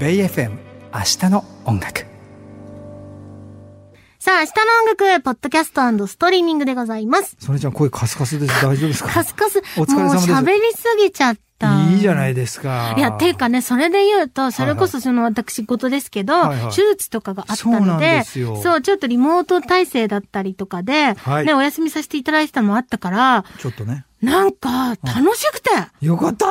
FM 明日の音楽さあ、明日の音楽、ポッドキャストストリーミングでございます。それじゃん声カスカスです大丈夫ですかカスカス、お疲れ様ですもう喋りすぎちゃった。いいじゃないいですかや、ていうかね、それで言うと、それこそその私事ですけど、はいはい手術とかがあったそうなのんで、ですよそうちょっとリモート体制だったりとかで、はいね、お休みさせていただいてたのもあったから、ちょっとねなんか、楽しくて、楽よかった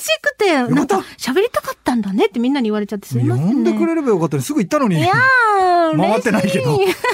しくて、かったなんか、喋りたかったんだねってみんなに言われちゃってすみ呼ませんね。んでくれればよかったのにすぐ行ったのにいやー、回ってないけど嬉しい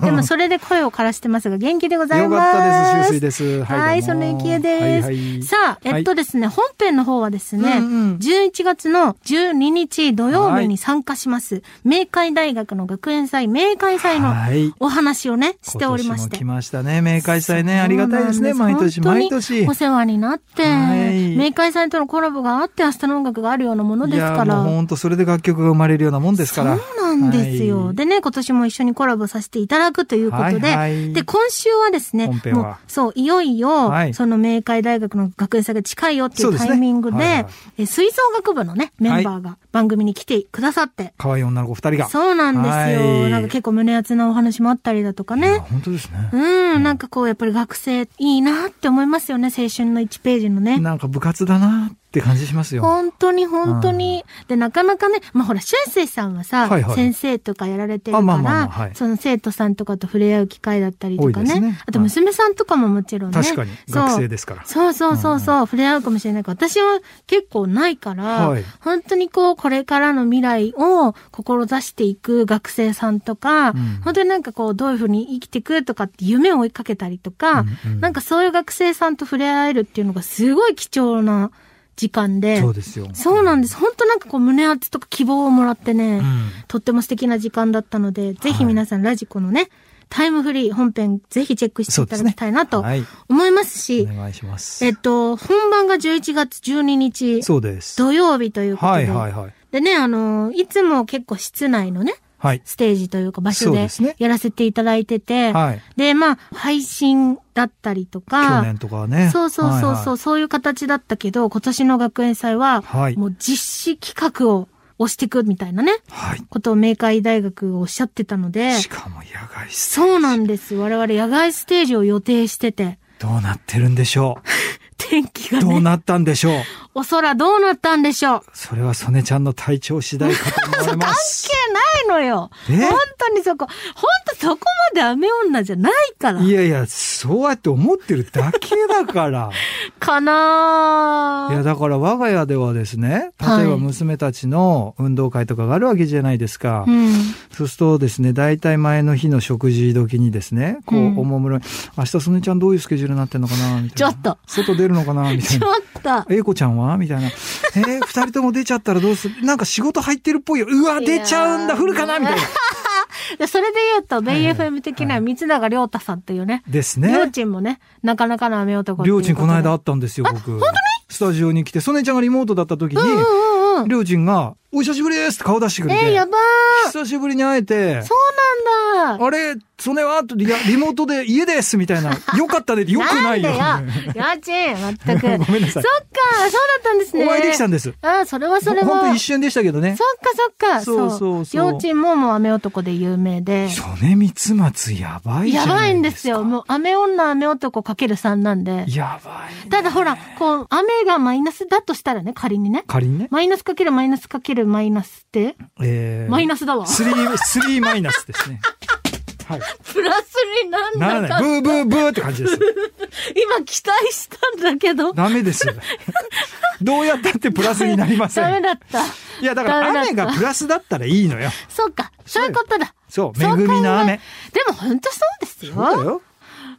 でもそれで声を枯らしてますが、元気でございよます。かったです、修水です。はい、どそうものゆきえです、はいはいさあ、えっとですね、本編の方はですね、うんうん11月の12日土曜日に参加します、明海大学の学園祭、明海祭のはい。お話をね、しており今まし年もて来。ましたね、明海祭ね。ありがたいですね、そうな毎ん年、本当に毎年。お世話になって、はい明海祭とのコラボがあって、明日の音楽があるようなものいですやかもうら。本当それで楽曲が生まれるようなもんですから。そうなんですよ。はいでね、今年も一緒にコラボさせていただくということはで、いはいで、今週はですね、本編はもう、そう、いよいよ、はいその明海大学の学園祭が近いよっていそううですタねイミングで、はいはいえ吹奏楽部のね、メンバーが番組に来てくださって、可愛い女の子二人が。そうなんですよ。はいなんか結構胸熱なお話もあったりだとかいやね。本当ですねう。ん、なんかこう、やっぱり学生いいなって思いますよね、青春の1ページのね。なんか部活だなって感じしますよ。本当に本当に。で、なかなかね、まあほら、しゅんせいさんはさ、はいはい先生とかやられてるあから、まあまあまあはいその生徒さんとかと触れ合う機会だったりとか多いでね。すねあと娘さんとかももちろんね。確かに、そう学生ですから。そうそうそうそう、触れ合うかもしれないから、私は結構ないから、はい本当にこう、これからの未来を志していく学生さんとか、ん本当になんかこう、どういうふうに生きていくとかって夢を追いかけたりとか、うんうんなんかそういう学生さんと触れ合えるっていうのがすごい貴重な時間で、そうですよ。そうなんです。本当なんかこう、胸熱とか希望をもらってね、うんとっても素敵な時間だったので、ぜひ皆さん、ラジコのね、タイムフリー本編、ぜひチェックしていただきたいなとはい。思いますし、お願いしますえっ。と、本番が11月12日、そうです。土曜日ということはで、いはいはい。でね、あの、いつも結構室内のね、はい。ステージというか場所そうでですねやらせていただいてて、はい。で、まあ、配信だったりと去か、年とかはね。そうそうそうそう、はいはいそういう形だったけど、今年の学園祭は、はいもう実施企画を押していくみたいなね、はい。ことを明海大学がおっしゃってたので、しかも野外ステージそうなんです。我々野外ステージを予定してて、どうなってるんでしょ天気がうどう ね、なったんでしょうお空どうなったんでしょうそれは曽根ちゃんの体調次第かと思われ ます。関係ないのよ。え本当にそこ、本当そこまで雨女じゃないから。いやいや、そうやって思ってるだけだ から。かないや、ーだから我が家ではですね、はい例えば娘たちの運動会とかがあるわけじゃないですか。うん。そうするとですね、大体前の日の食事時にですね、こううんおもむろに、明日曽根ちゃんどういうスケジュールになってんのかなみたいな。ちょっと外出るのかなみたい ちょな。っと。英子ちゃんはみたいな。えー、二人とも出ちゃったらどうするなんか仕事入ってるっぽいよ。うわ、出ちゃうんだ、いやー降るかなみたいな。でそれで言うと、はいはい BFM 的には三永亮太さんというね、ですりょうね。ちんもね、なかなかの雨男ってりいょううとちでんこの間会ったんですよ、僕。本当にスタジオに来て、曽根ちゃんがリモートだった時に、うんうんうん。りょうちんが、お久しぶりですって顔出してくれて。えー、やば久しぶりに会えて、ーなんだあれ、それは、いや、リモートで家ですみたいな、よかったで、よくないよ。 なんでよ。家賃、まったく。そっか、ごめんなさい。そうだったんですおね。会いできたんです。あーそれはそれほんとは。一瞬でしたけどねそ。っかそっか。そうそうそうりょうちんももう雨男で有名で。曽根光松やばいじゃやばないんでですか。すよ。もう、雨女、雨男かける3なんで。やばい、ね。ただほら、こう、雨がマイナスだとしたらね、仮にね。仮にね、マイナスかけるマイナスかけるマイナスって、えー、マイナスだわ。スリー、スリーマイナスですね。はい。プラスになんならななかい。ブっーブーブーって感じです。た。今期待したんだけど。ダメです。どうやったってプラスになりませダメん。だった。いや、だからダメだった雨がプラスだったらいいのよ。そうか。そういうことだ。そう、そ恵うみの雨考。えでも本当そうでそすうだよ。よ。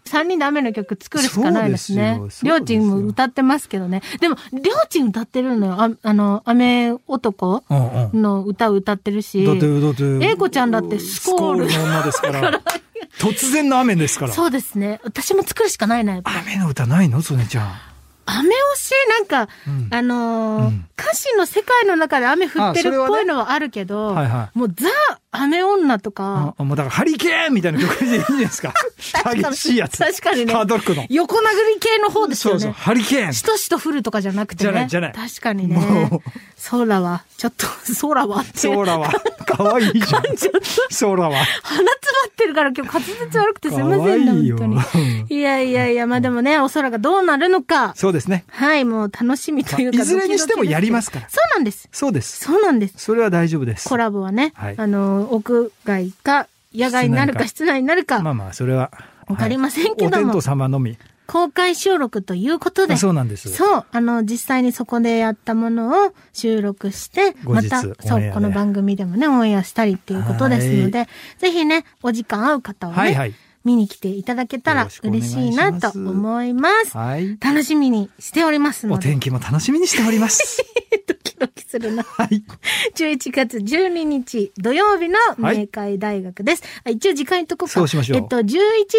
三人で雨の曲作るしかないですねそうで。すりよょそうでうすちよんも歌ってますけどね。でも、りょうちん歌ってるのよ。ああの、雨男うんうん。の歌を歌ってるし。だって、だって。英子ちゃんだってスコールスの女 ですから。突然の雨ですから。そうですね。私も作るしかないな、やっぱ。雨の歌ないの曽根ちゃん。雨推し、なんか、んあのーうん歌詞の世界の中で雨降ってるっあそれはぽねいのはあるけど、はいはもうザ、雨女とか、あもうだからハリケーンみたいな曲でいいんじゃない ですか。激しいやつ。確かにねハードロックの。横殴り系の方ですそようね。そう、ハリケーン。しとしと降るとかじゃなくてね。じゃないじゃない確かにもねう。空は、ちょっと、空はって。ソーラ は。かわいいじゃん。ソーラは。鼻詰まってるから今日滑舌悪くてすいません可愛いね、よ本当に。いやいやいや、まあでもね、お空がどうなるのか。そうですね。はい、もう楽しみというか、。まあいずれにしてもやりますすから。そうなんです。そうです。そうなんです。それは大丈夫です。コラボはね、はいあの、屋外か、野外になるか、室内になるか、まあまあ、それは。わかりませんけどもお天道様のみ。公開収録ということで、そうなんです。そう、あの、実際にそこでやったものを収録して、後ま日た、オンエアでそう、この番組でもね、オンエアしたりっていうことですので、ぜひね、お時間合う方はね、はいはい。見に来ていただけたよらろしくお願い嬉ししいますなと思います。はい。楽しみにしておりますのおで、天気も楽しみにしており ます。ドキドキするな。 はい。 11月12日土曜日の明海大学です。あ一応時間にとこか。そうしましょうえっと、11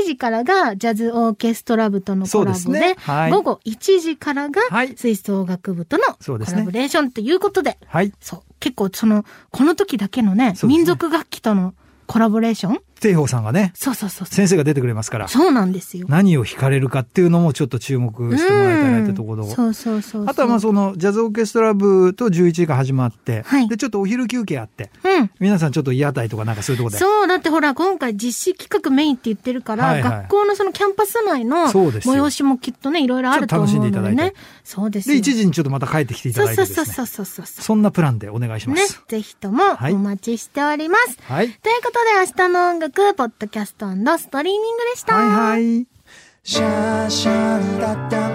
時からがジャズオーケストラ部とのコラそボうで、ですねはい午後1時からがはい吹奏楽部とのそうコですねラボレーションということで、はい。っそう、結構その、この時だけのそね、うですね民族楽器とのコラボレーションていほうさんがね、そうそうそうそう。先生が出てくれますから、そうなんですよ。何を弾かれるかっていうのもちょっと注目してもらいたいなってところうんを。そうそうそうそう。あとはまあそのジャズオーケストラ部と11時が始まって、はいでちょっとお昼休憩あって、うん。皆さんちょっと屋台とかなんかそういうところで。そう、だってほら、今回実施企画メインって言ってるから、はいはい学校のそのキャンパス内のそうですよ催しもきっとね、いろいろあると思うのちょっとで楽しんでいただいねて。そうですで、よ。 1時にちょっとまた帰ってきていたそうだいてそでうすね。そうそうそうそうそそんなプランでお願いしう。まねす。。ぜひともはいお待ちしております。はい。ということで、明日の音楽、ポッドキャストストリーミングでした。はいはい。シャーシャーだった